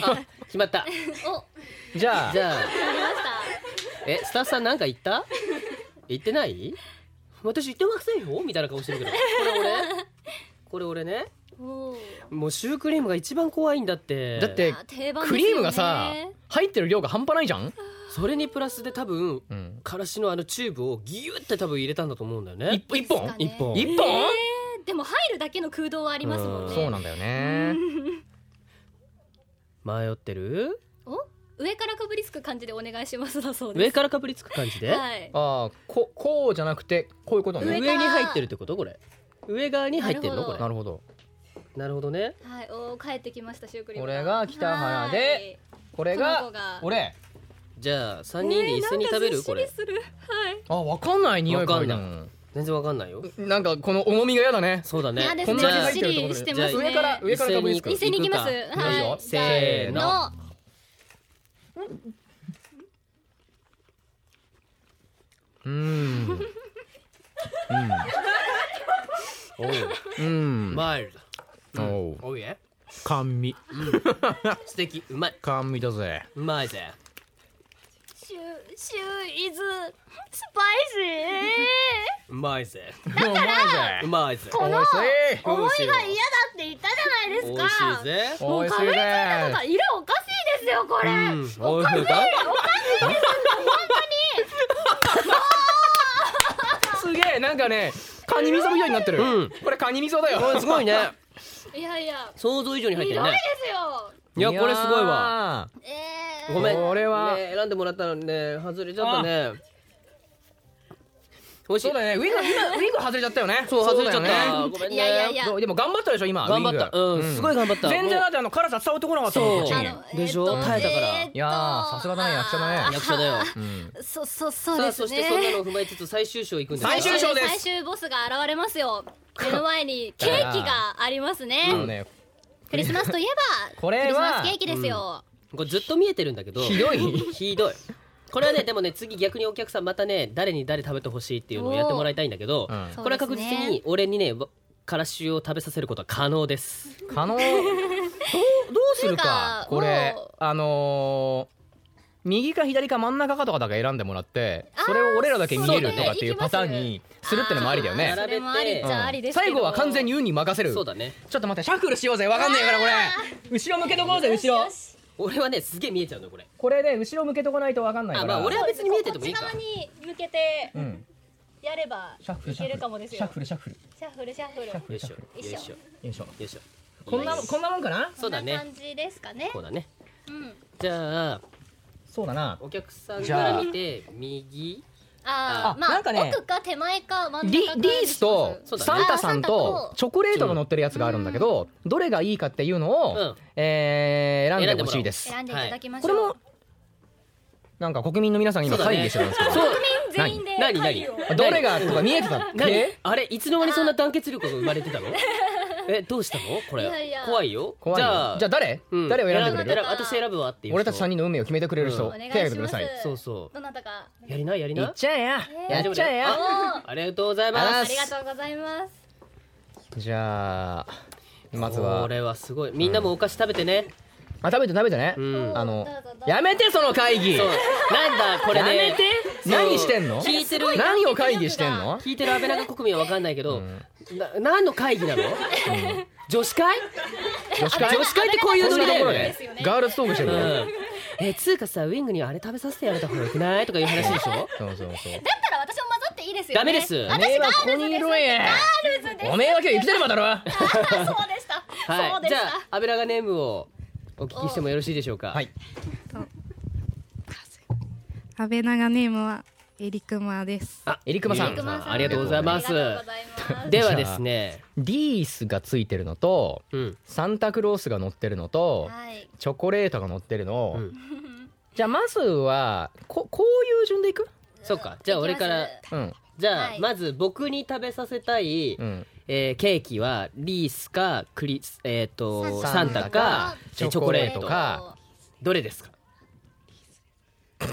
A: あ決まった
E: お
B: じゃあ
A: じゃあ
E: ありました
A: えスタッフさんなんか言った言ってない私言ってませんよみたいな顔してるけどこれ俺これ俺ね
E: おー
A: もうシュークリームが一番怖いんだって
B: だって
E: あ定番です
B: ク
E: よね
B: リームがさ入ってる量が半端ないじゃん、
A: それにプラスで多分
B: うん、
A: からしのあのチューブをギュって多分入れたんだと思うんだよね
B: 一一
E: ですか
B: 本
E: ね
A: 一本
B: 一本、
E: えーでも入るだけの空洞はありますもん
A: え
E: ね
B: そうなんだよね
A: 迷ってる
E: お上からかぶりつく感じでお願いしますだそうです
A: 上からかぶりつく感じで
E: はい
B: ああここうじゃなくてこういうこと
A: 上
B: ね
A: に入ってるってことこれ上側に入ってるの
E: なるほ
A: こ
E: ど
A: れ
B: なるほど
A: なるほどね
E: はいおー帰ってきましたシュークリー
B: こ
E: ム
B: れが北原でこれが
E: 卵が
B: 俺
A: じゃあ3
E: は
A: 人
E: い
A: で一斉に食べる、これ
E: えーなんかずっしりするはい
B: あわかんない匂い嗅いだ
A: わか全然わかんないよ
B: なんかこの重みが嫌だね
A: そうだね
E: 嫌です
B: こん
E: ね
B: な
A: じ
B: に
A: ゃ
E: ず
A: あ
B: 入
E: っし
B: ってるって
E: り
B: こと
E: して
B: で
E: ますね
B: 上から上からかぶりつく
E: 一斉に行きます
A: 行く
B: か
E: はい
B: いいよ
E: じゃあ
A: せーの
B: うーん
A: おう
B: うーん
A: マイルド
B: おう
A: おいえ
B: 甘味
A: 素敵うまい
B: 甘味だぜ
A: うまいぜ
E: シューシューイズスパイ
A: うまいぜ
B: だから
A: うまいぜ
E: この
B: 美味し
E: シー思いが嫌だって言ったじゃないで
A: 美
E: す
A: 味
E: か
A: しいぜ
B: い美味しい
E: なんか
B: ね
E: 色おかしいですよこれ、
A: うんおいしいか
B: すげえなんかねカニ味噌みたいになってる
A: うん
B: これカニ味噌だよ
A: これすごいね
E: いやいや
A: 想像以上に入ってる
E: 広い
A: ね
E: ですよ
A: いやこれすごいわ
B: わ
E: えー
A: ごめん
B: これは
A: ね選んでもらったのにね外れちゃったね美味し
B: そ
A: いう
B: だねウィング今ウィング外れちゃったよね
A: そう外れちゃ
B: そ
A: っ
B: うだよ
A: た
B: ね
A: ごめんね
E: いやいやいや
B: そうでも頑張ったでしょ今
A: 頑張った
B: ウィン
A: う
B: グ
A: んすごい頑張った
B: 全然
A: も
B: だってあの辛さ伝わってこなかったもん
A: そう
B: こっちに
E: あの
A: でしょ
E: えっと
A: 耐えたから
E: えっと
B: いやーさすがだね役者だね
E: あ
A: う
E: ー
A: 役者だよ
B: うん
E: そそ そう
A: さ
E: で
A: あ
E: す
A: そし
E: ね
A: てそんなのを踏まえつつ最終章いくんですか
B: 最終章です
E: 最終ボスが現れますよ目の前にケーキがありますね
B: あのね
E: クリスマスといえば
B: これは
E: クリスマスケーキですよ、
A: これずっと見えてるんだけど
B: ひどい
A: ひどいこれはねでもね次逆にお客さんまたね誰に誰食べてほしいっていうのをやってもらいたいんだけど、
B: うん
E: そう
A: これは
E: です
A: 確
E: ね
A: 実に俺にねわからしを食べさせることは可能です
B: 可能どうどうするか
E: ていうか
B: これ
E: もう
B: あのー右か左か真ん中かとかだけ選んでもらって
E: あー
B: それを俺らだけ見れるとかっていう
E: そうだね
B: パターンにするってのもありだよ
A: あ
B: ね
A: ー
E: それもありっちゃありですけど
B: 最後は完全に運に任せる
A: そうだね
B: ちょっと待ってシャッフルしようぜわかんねえからこれ後ろ向けとこうぜ後ろ
A: 俺はねすげえ見えちゃうのよこれ
B: これで後ろ向けとかないとわかんない
A: あ
B: か
A: ま
B: ら
A: あ俺は別に見えててもいい
E: こ
A: か
E: っち側に向けて
B: うん
E: やれば
B: シャッフル
E: い
B: シャ
E: け
B: ッ
E: るか
B: フ
E: も
B: ル
E: です
B: シ
E: よ
B: ャッフルシャッフル
E: シャッフルシャッフル
A: よいしょよいしょよ
E: よいしょ
B: よいしょ
A: いしょ
B: こんなこんなもんかな
A: そうだね
E: こんな感じですかね
A: こうだね
E: うん
A: じゃあ
B: そうだな
A: お客さん
B: じ
A: か
B: ゃあ
A: ら見て右
E: あ
B: あ
E: ーまあ
B: なんかね
E: 奥か手前か真ん
B: リ
E: 中か
B: リースと
A: そうだね
B: サンタさん
E: あサンタ
B: と
E: と
B: チョコレートが乗ってるやつがあるんだけどどれがいいかっていうのを、
A: うん
B: えー選んでほしいです
E: 選んでいただきまし
B: こ
E: ょ
B: れ
E: う、
B: もなんか国民の皆さん今
A: そうだね
B: 会議してるんですけど、
A: そう
E: 全員で
A: 何何
E: 会議を
A: 何
B: どれがとか見えてたっ
A: 何
B: け
A: あれいつの間にそんな団結力が生まれてた のえどうしたのこれ
E: いやいや
A: 怖いよ
B: 怖いよ
A: じゃあ
B: じゃあ誰、
A: うん
B: 誰を選んでくれる
E: 選る
A: 選私選ぶわっていう人
B: 俺たち3人の運命を決めてくれる人、
A: うん
E: お願い
B: 手
E: します
B: 挙げてください
A: そうそ
E: どなたか
A: うやりなやり
B: い
A: な
B: っちゃえや、
A: 大丈
B: やっ
A: 夫
B: ちゃ
A: だ
B: え
A: よ
B: や
A: あありがとうございま
E: あ
A: す
E: りがとうございます
B: じゃあまずは
A: これはすごいみんなもお菓子食べてね
B: あ食べて食べてね、
A: うん
B: あの
E: どうぞどうぞ
B: やめてその会議
A: そうなんだこれね
B: やめて
A: そう
B: 何してんの
A: 聞いてる
B: 何を会議してんの
A: 聞いてる安倍長国民は分かんないけど、な何の会議なの、女子会
B: 女子
A: 女子会ってこういうノリだよね、
B: ガールストークして
A: う
B: るよね
A: ん、えつうかさウィングにあれ食べさせてやれた方がよくないとかいう話でし ょ
B: そうそうそう
E: だったら私も混ざっていいですよね
A: ダメです
E: あ
B: おめえはここにいろや
E: ルーズです
B: おめえは今日生きてるまだろ
E: あーそうでした、
A: は
E: そう
A: い
E: で
A: じ
E: し
A: ゃ
E: た
A: あ油がネームをお聞きしてもよろしいでしょうか
B: はい
J: 安倍長ネームはエリクマです。
A: あ
B: エリクマさ
A: エリ
B: ん
A: クマさんありがとうございま
E: あ
A: す
E: りがとうございます
A: ではですね
B: リースがついてるのと
A: うん
B: サンタクロースが乗ってるのと
E: はい
B: チョコレートが乗ってるの、
A: うん
B: じゃあまずはここういう順でいく
A: そうかじゃあ俺から
B: うん
A: じゃあ、
E: はい
A: まず僕に食べさせたい、
B: うん
A: えーケーキはリースかクリスえっ、とサ
B: サ
A: ン
B: ン
A: タか
B: タか
A: えーチョコレート
B: チョコレートか
A: どれですか聞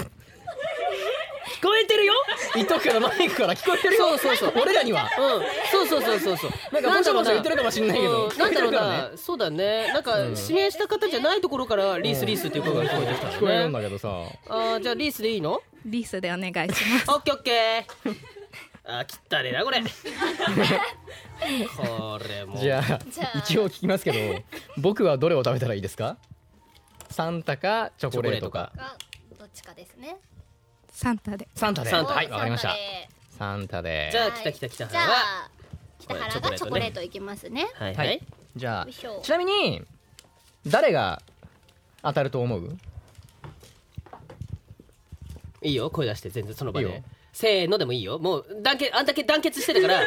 A: こえてるよ
B: 言っとくけどマイクから聞こえてるよ
A: そうそう そう
B: 俺らには
A: うんそうそうそうそうそう
B: なんかもしもし言ってるかもしんないけど
A: うんなんだろう
B: 聞こえてる
A: な
B: か
A: そうだねなんか指名した方じゃないところからリースリースっていう声が聞こえてきた
B: 聞こえる
A: よ
B: ん
A: ね
B: だけどさ
A: あーじゃあリースでいいの
J: リースでお願いします。
A: オッケーオッケーあー汚ねえな これこれもう
B: じゃあ
E: じゃあ
B: 一応聞きますけど僕はどれを食べたらいいですかサンタかチョコレートか
E: あどっちかですね
J: サンタで
B: サンタで
A: サンタ
B: はいわかりました
E: サンタ
B: サンタで
A: じゃあ
E: で
A: 来た来た来た
E: じゃあ北原
A: これ
E: がチョコレートいきますね
A: はい
B: は
A: はいい
B: じゃあ
E: よいしょ
B: ちなみに誰が当たると思う
A: いいよ声出して全然その場
B: いいよ
A: でせーのでもいいよもう団結あんだけ団結してた から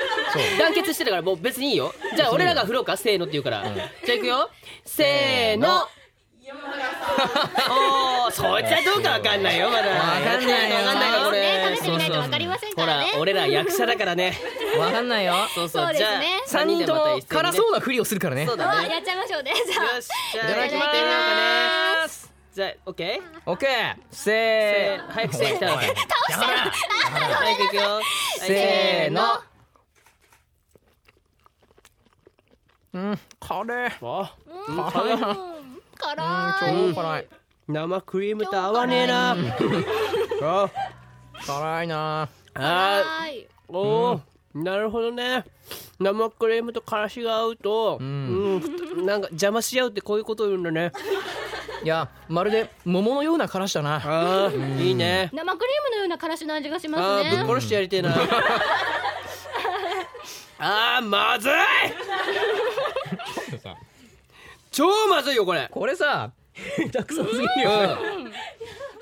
A: 団結してたからもう別にいいよじゃあ俺らが振ろうかせーのって言うから、じゃあいくよせーの おーそいつはどうかわかんないよまだ
B: わかんないよ
A: わかんないよこれ
E: ね食べてみないとわかりません
A: ほ
E: かららね
A: 俺ら役者だからね
B: わかんないよ
A: そうそう
E: そうです
A: じゃあ
E: ね
B: 3人とも辛そううなふりをするからね
A: そう
E: う
A: だ
E: わ
A: ね
E: やっちゃいましょうねじゃあ
A: よしじゃあ
B: いただきます
A: やってみようかねじゃあオッケー
B: OK せー
A: 早くせーの
B: おい
A: 早くいくよはい
B: せーのうんカレー
A: あ
B: 辛いな
E: 辛い
B: 超辛い
A: 生クリームと合わねえなあ
B: 辛いな
A: あ
E: 辛い
A: ーおーなるほどね生クリームとからしが合うと、うんなんか邪魔し合うってこういうこと言うんだね
B: いやまるで桃のような辛さだな
A: あーいいね
E: 生クリームのような辛子の味がし
A: あ
E: ます
A: ーぶっ
E: ね
A: 殺してやりてえなあーまずい超まずいよこれ
B: これさ下手くそすぎるよ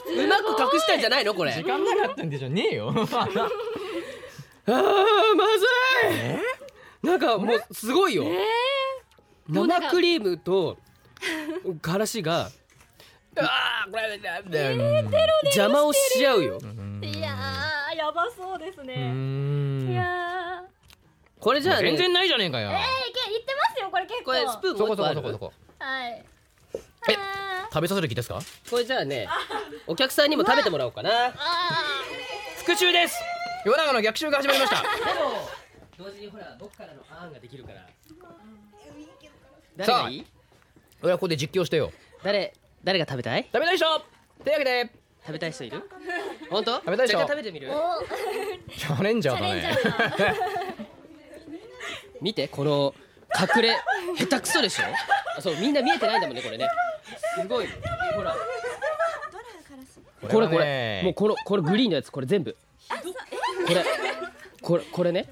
A: うんうまく隠したんじゃないのこれ
B: 時間なかったんでじゃねえよ
A: あーまずいなんかもうすごいよ生クリームと からしがあーこれ邪魔をし合うよ
E: いやーやばそうです
B: うー
E: ねい
B: ん
E: やー
A: これじゃあね
B: 全然ないじゃねえかよ
E: えーいけいってますよこれ結構
A: これスプーン
B: そ
A: もう
B: こ
A: 一個あ
B: そ
A: る
B: こそこそこ
E: はい
B: え
E: あー
B: 食べさせる気ですか
A: これじゃあねお客さんにも食べてもらおうかな
E: あー
A: 復習です
B: 夜中の逆襲が始まり ました
A: でも同時にほら僕からの案ができるから
B: 誰がいい俺はここで実況してよ
A: 誰誰が食べたい
B: 食べたい人手を挙げて
A: 食べたい人いる本当食
B: べたい人
A: じゃあ食べてみる
E: お
B: チャレンジャーだね
E: チャレンジャー
A: 見てこの隠れ下手くそでしょあそうみんな見えてないんだもんねこれねすごいよほら これこれもうこのこれグリーンのやつこれ全部これこれこれね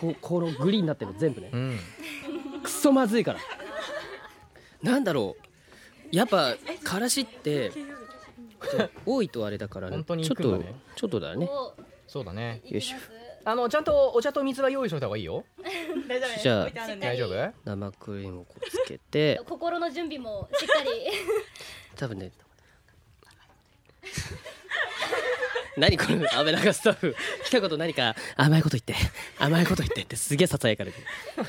A: ここのグリーンになってるの全部ね
B: うん
A: クソまずいからなんだろうやっぱからしって多いとあれだからね
B: 本当に
A: ちょ
B: 行
A: っ
B: くんだ
A: と
B: ね
A: ちょっとだね
E: お
B: そうだね
A: よいしょ
B: あのちゃんとお茶と水は用意しといた方がいいよ
A: じゃあ
B: 大丈夫
A: 生クリームをこうつけて
E: 心の準備もし っかり
A: 多分ね何この安倍長スタッフひと言何か甘いこと言って甘いこと言ってってすげえささやかれてる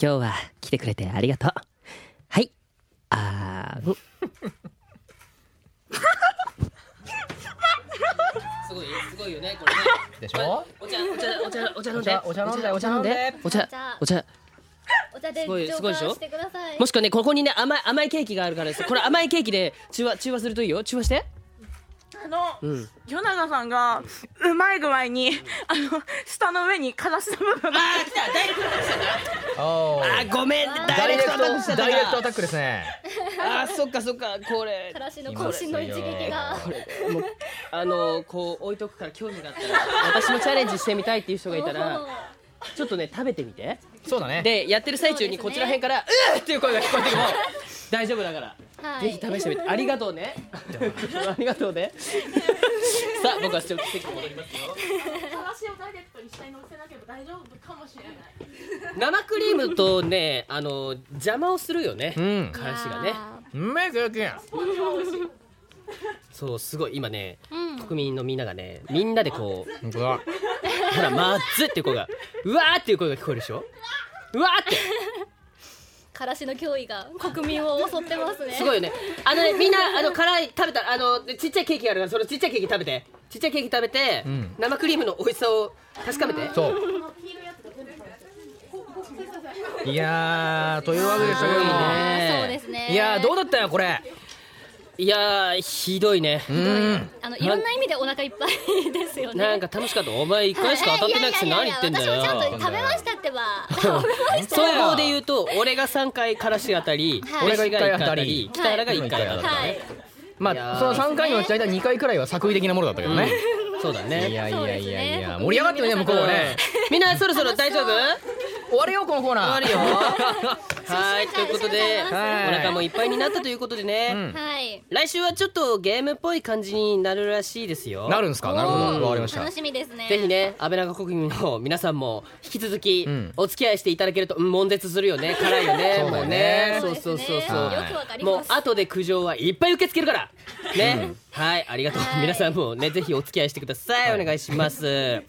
A: 今日は来てくれてありがとうはいあーんすごいすごいよねこれね
B: でしょ
A: お茶お茶お茶お茶飲んで
B: お茶お茶飲んで
A: お茶飲んでお茶お茶
E: お茶です
A: ごい
E: 浄
A: すごい
E: 化
A: でしょ
E: してください
A: もしくはねここにね甘い甘いケーキがあるからですこれ甘いケーキで中和中和するといいよ中和して
G: あの、
A: うん
G: ヨナガさんがうまい具合に、あの舌の上にからしの部分が
A: あー来たダイレクトアタックしたんだ
B: お
A: あーごめんダ
B: ダ
A: イ
B: イ
A: レ
B: レク
A: クトア
B: ト
A: タックしちゃった
B: ダイレクトア
A: か
B: タックですね
A: あーそっかそっかこれ
E: からしの渾身の一撃が
B: これ
A: もうあのーこう置いとくから興味があったら私もチャレンジしてみたいっていう人がいたら ちょっとね食べてみて
B: そうだね
A: でやってる最中にこちら辺から「うー!」っていう声が聞こえても大丈夫だから
E: はい
A: ぜひ試してみてありがとう ねありがとうねさあ僕はちょっと席に戻りますよ生クリームとねあの邪魔をするよね、
B: うん
A: からしがね
B: うめえケーキ
A: そうすごい今ね、
E: うん
A: 国民のみんながねみんなでこう
B: 本当だ
A: ほらまずいっていう声がうわーっていう声が聞こえるでしょうわーって
E: からしの脅威が国民を襲ってますね
A: すごいよねあのねみんなあの辛い食べたあのでちっちゃいケーキがあるからそのちっちゃいケーキ食べてちっちゃいケーキ食べて、
B: ん
A: 生クリームの美味しさを確かめて
B: そういやーというわけですよ
A: すごいね
E: そうですね
B: いやーどうだったよこれ
A: いやーひどいね
B: うん
E: あのいろんな意味でお腹いっぱい ですよね
A: なんか楽しかったお前一回しか当たってないくせに何言ってんだよ
E: いやいやいやいや私もちゃんと食べましたってば
A: 総合で言うと俺が3回からし当たり
E: はい
A: 俺が1回
B: はい
A: 当たり北原が1回当たった
E: は
A: ね
E: い
B: ま
A: いや
B: あ
A: ー
B: その3回のうち間2回くらいは作為的なものだったけどね、
A: そうだ
B: い
A: ね
B: やいやいやいや、
E: そうですね
B: 盛り上がってるね向こうはね
A: みんなそろそろ大丈夫
B: 終われよこのコーナー
A: 終わ るよはいということでお
B: はい
A: 腹もいっぱいになったということでね
E: はい
A: 来週はちょっとゲームっぽい感じになるらしいですよ
B: なるんですかなるほど
A: うん
B: わかりました
E: 楽しみですね
A: ぜひね安倍長国民の皆さんも引き続き
B: うん
A: お付き合いしていただけるとうん悶絶するよね辛いよね
B: そうだね
A: もうね
E: そ
A: そうう
E: です
A: そ
E: ね
A: うそうそう
E: よくわかり
A: もう
E: ます
A: 後で苦情はいっぱい受け付けるからね、はいありがとう、
E: はい
A: 皆さんもねぜひお付き合いしてください、お願いします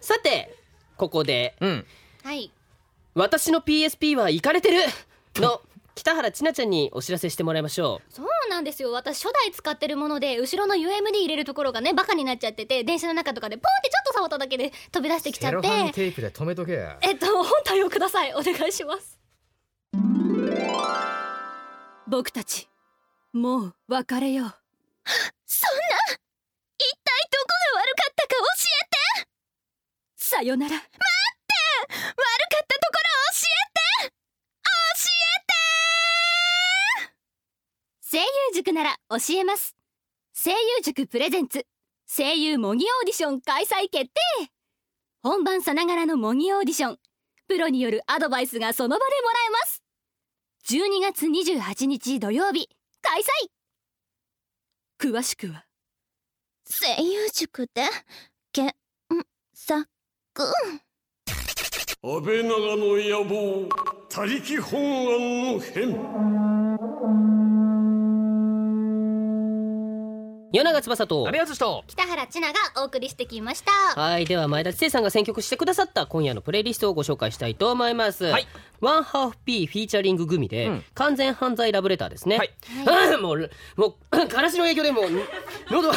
A: さてここで
B: うん
E: はい
A: 「私の PSP はイカれてる!」の北原千奈ちゃんにお知らせしてもらいましょ
E: そうなんですよ私初代使ってるもので後ろの UMD 入れるところがねバカになっちゃってて電車の中とかでポンってちょっと触っただけで飛び出してきちゃって
B: テープで止めとけ
E: えっと本体をくださいお願いします
C: 僕たちもう別れよう
E: そんな一体どこが悪かったか教えて
C: さよなら
E: 悪かったところ教えて教えて声優塾なら教えます声優塾プレゼンツ声優模擬オーディション開催決定本番さながらの模擬オーディションプロによるアドバイスがその場でもらえます12月28日土曜日開催
C: 詳しくは
H: 声優塾で、け、ん、さ、く。
D: 安倍長の野望他力本願の変
A: う与永翼と
B: 安倍淳と
E: 北原千奈がお送りしてきました
A: はいでは前田知世さんが選曲してくださった今夜のプレイリストをご紹介したいと思います、
B: はい
A: ワンハーフ P フィーチャリング組で、
B: うん
A: 完全犯罪ラブレターですね、
B: はい
A: うん もう もうからしの影響でもう喉が 若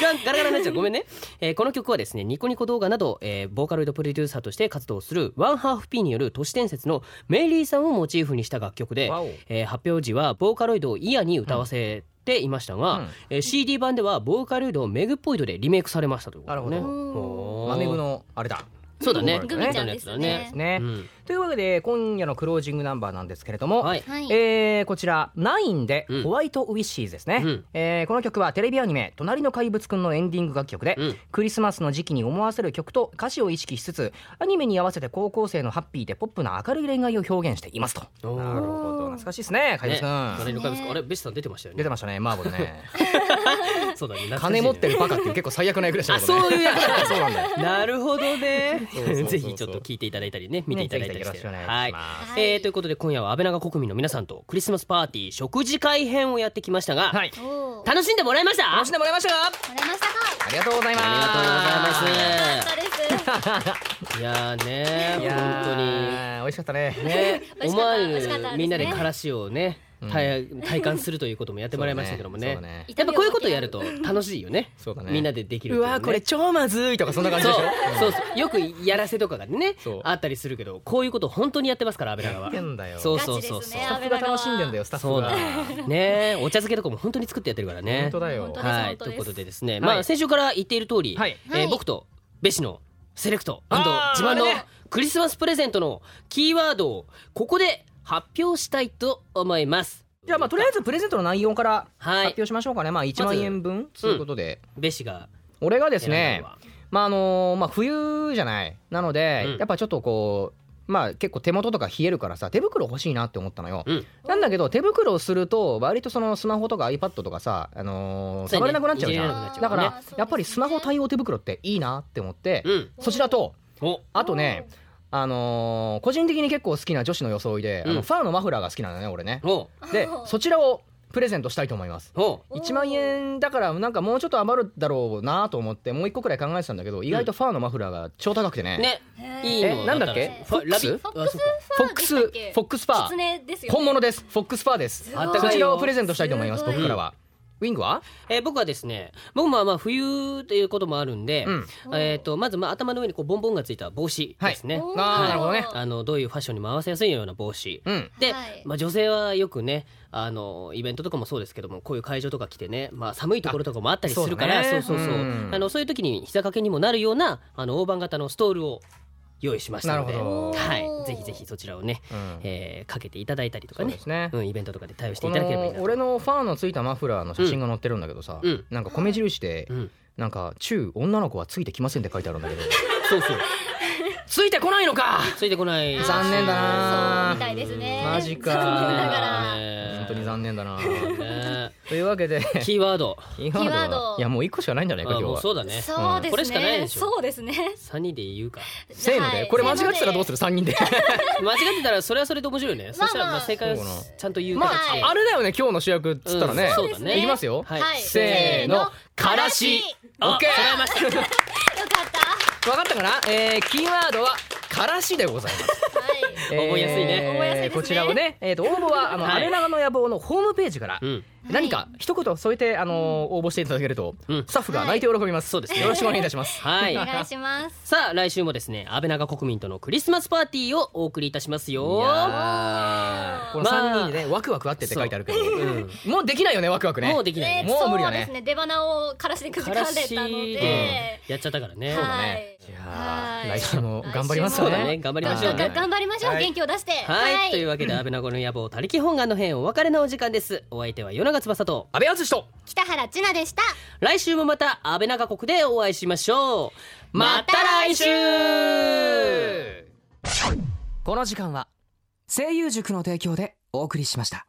A: 干ガラガラになっちゃうごめんね、えーこの曲はですねニコニコ動画など、えーボーカロイドプロデューサーとして活動するワンハーフ P による都市伝説のメイリーさんをモチーフにした楽曲で
B: わお、
A: えー発表時はボーカロイドをイヤに歌わせていましたが、
B: うん
A: えー CD 版ではボーカロイドをメグポイドでリメイクされましたということでね
B: なるほ
A: ほ
B: マメグのあれだ
A: そうだね
B: グ
E: ミちゃんです
A: ボーカロイド
E: ね
A: のやつだ
B: ね、
A: うん
B: というわけで今夜のクロージングナンバーなんですけれども、
A: はい
E: はい
B: えーこちら9で
A: うん
B: 「ホワイトウィッシーズ」ですね、
A: うん
B: えーこの曲はテレビアニメ「隣の怪物くん」のエンディング楽曲で、
A: うん
B: クリスマスの時期に思わせる曲と歌詞を意識しつつアニメに合わせて高校生のハッピーでポップな明るい恋愛を表現していますと
A: おー
B: なるほど懐かしいですね怪物
A: ね
B: くん、
A: 隣の怪物君あれベシさん出てましたよ
B: 出
A: ね
B: てましたねマーボーでね
A: そうだね懐かしいね
B: 金持ってるバカっていう結構最悪な役でしたけどね
A: あそういう役だ
B: そうなんだよ
A: なるほどね
B: そうそうそうそう
A: ぜひちょっと聞いていただいたりね見ていただいたりして
B: ねぜひぜひよろしくお願いし
A: はい
B: ます
E: はい
A: えーということで今夜は安倍長国民の皆さんとクリスマスパーティー食事会編をやってきましたが
B: はい
E: おー
A: 楽しんでもらえました
B: 楽しんでもらいましたか
E: もらえましたか
B: ありがとうございます
A: ありがとうございます
E: そうです
A: いやーね
B: いやー
A: 本
B: 美味しかったね
A: 当にね
E: 美味し
A: 思
E: かった
A: わ
E: 美味
A: ぬ
E: しかったですね
A: みんなでからしをね体体感するということもやってもらいましたけどもね
B: そうね
A: やっぱこういうことやると楽しいよね
B: そうだね
A: みんなでできる
B: うわーこれ超まずいとかそんな感じ
A: そう
B: でしょ
A: そうそうよくやらせとかがね
B: そう
A: あったりするけどこういうこと本当にやってますから安倍長は
B: やってんだよ
A: そう
E: ガ
A: そう
E: チで
A: そう
E: す
A: そ
E: ね
A: う
B: スタッフが楽しんでんだよスタッ
A: そ
B: フ
A: う
B: が
A: だねえお茶漬けとかも本当に作ってやってるからね
B: 本当だよ
E: 本当だ
A: はい
E: です
A: ということでです
B: い
A: ねまあ先週から言っている通り
B: はい
A: え
E: はい
A: ー僕とベシのセレクト
B: あー
A: 自慢の
B: あれね
A: クリスマスプレゼントのキーワードをここで発表したいと思います
B: じゃあまあとりあえずプレゼントの内容から
A: は
B: 発
A: い
B: 表しましょうかねまあ1万円分ということで
A: ベシが
B: 俺がです
A: 選んだ
B: ね
A: のは
B: まああのーまあ冬じゃないなの
A: う
B: で
A: ん
B: やっぱちょっとこうまあ結構手元とか冷えるからさ手袋欲しいなって思ったのよ
A: うん
B: なんだけど手袋をすると割とそのスマホとか iPad とかさあのー
A: そうね
B: 触れなくなっちゃうじ
A: いじれ
B: ゃ
A: なく
B: ん
A: なっちゃう
B: だか
E: あーそう
B: ら
E: ですね
B: やっぱりスマホ対応手袋っていいなって思って
A: うん
B: そちらと
A: お
B: あとね、あのー個人的に結構好きな女子の装いで、あ
A: うん
B: のファーのマフラーが好きなのね俺ね
A: お
B: でそちらをプレゼントしたいと思います
A: お
E: おー
B: 1万円だからなんかもうちょっと余るだろうなと思ってもう1個くらい考えてたんだけど意外とファーのマフラーが超高くてね,、
A: ね
E: ね
A: いいの
B: えなんだっけ
A: ファラビ
B: フォックス
A: あそうか
B: フォックス
E: ファー
B: フ
E: でしたっけ
B: ォックスパー
E: 狐ですよね
B: 本物ですフォックスパーです
A: あったかいよ
B: そちらをプレゼントしたいと思います
E: すごい
B: 僕からはウィングは
A: えー僕はですね僕もまあ冬ということもあるんで、えー、とまずまあ頭の上にこうボンボンがついた帽子ですね、
B: はいあーなるほどね
A: あのどういうファッションにも合わせやすいような帽子、
B: うん
A: で、
H: はい
A: まあ、女性はよくねあのイベントとかもそうですけどもこういう会場とか来てね、まあ、寒いところとかもあったりするから
B: あ
A: そ,、
B: そううだね
A: そうそう
B: うん
A: あのそういう時に膝掛けにもなるようなあの大判型のストールを用意しましたので、
B: なるほど
A: はい、ぜひぜひそちらをね、
B: うん
A: えーかけていただいたりとか
B: そう
A: ね
B: ですね
A: うん、イベントとかで対応して
B: こ
A: いただければいい
B: の
A: なと
B: 俺のファーのついたマフラーの写真が載ってるんだけどさ、
A: うん
B: なんか米印で、
A: うん
B: なんか中女の子はついてきませんって書いてあるんだけど
A: そうそうついてこないのかついてこない
B: 残念
H: そう
B: だな
H: みたいですね
B: マジか
H: 残念ながら
B: 本
A: ね
B: 当に残念だな
A: ね
B: というわけで
A: キーワード
B: キーワード
H: キー
B: は
H: ワード
B: いやもう一個しかないんじゃない
A: あ
B: か今日
A: もう
B: は
A: そうだね
H: そうですね
A: これしかないでしょ
H: そうですね
A: 3人で言うか
B: せーの
H: は
B: で
H: い
B: これ間違ってたらどうする3人で
A: 間違ってたらそれはそれで面白いねそしたらまあ正解を
B: そうなの
A: ちゃんと言う
B: ま
A: 形で
B: ああれだよね今日の主役っつったらね
A: うんそうだね
B: いきますよ
A: はい
H: はい
B: せーのからし
A: あ
B: OK
A: 揃えました
H: よかった
B: 分かったかなえーキーワードはからしでございます
H: はい
A: 覚えやすいね
B: えー
H: 覚えやすいですね
B: こちらをね、えー、と応募はあの、
A: はい
B: 安倍長の野望のホームページから、
A: うん
B: 何か一言添えてあのー応募していただけると、
A: うん
B: スタッフが泣いて喜びます、
A: そうですね
B: よろしくお願いいたします
A: はい
H: お願いします
A: さあ来週もですね安倍長国民とのクリスマスパーティーをお送り いたしますよ
B: いやーこの
A: まあ
B: 三人でね、ワクワクあってって書いてあるけど、
A: う
B: もうできないよねワクワクね
A: もうできないね
B: もう無理
H: そ
B: だ
H: う
B: ね
H: ですね出花をからしでくじか
A: から
H: れたの
A: し
H: で
A: やっちゃったからね
H: そうだね
B: いや
H: は
B: ー
H: い
B: 来週も頑張ります
A: そ
B: ね
A: うだね頑張りましょうね
H: が頑張りましょう
B: はい
H: 元気を出して
A: はい、というわけで安倍長の野望他力本願の編お別れのお時間ですお相手は与永翼と
B: 安倍敦史と
H: 北原千奈でした
A: 来週もまた安倍長国でお会いしましょうまた来週
B: この時間は声優塾の提供でお送りしました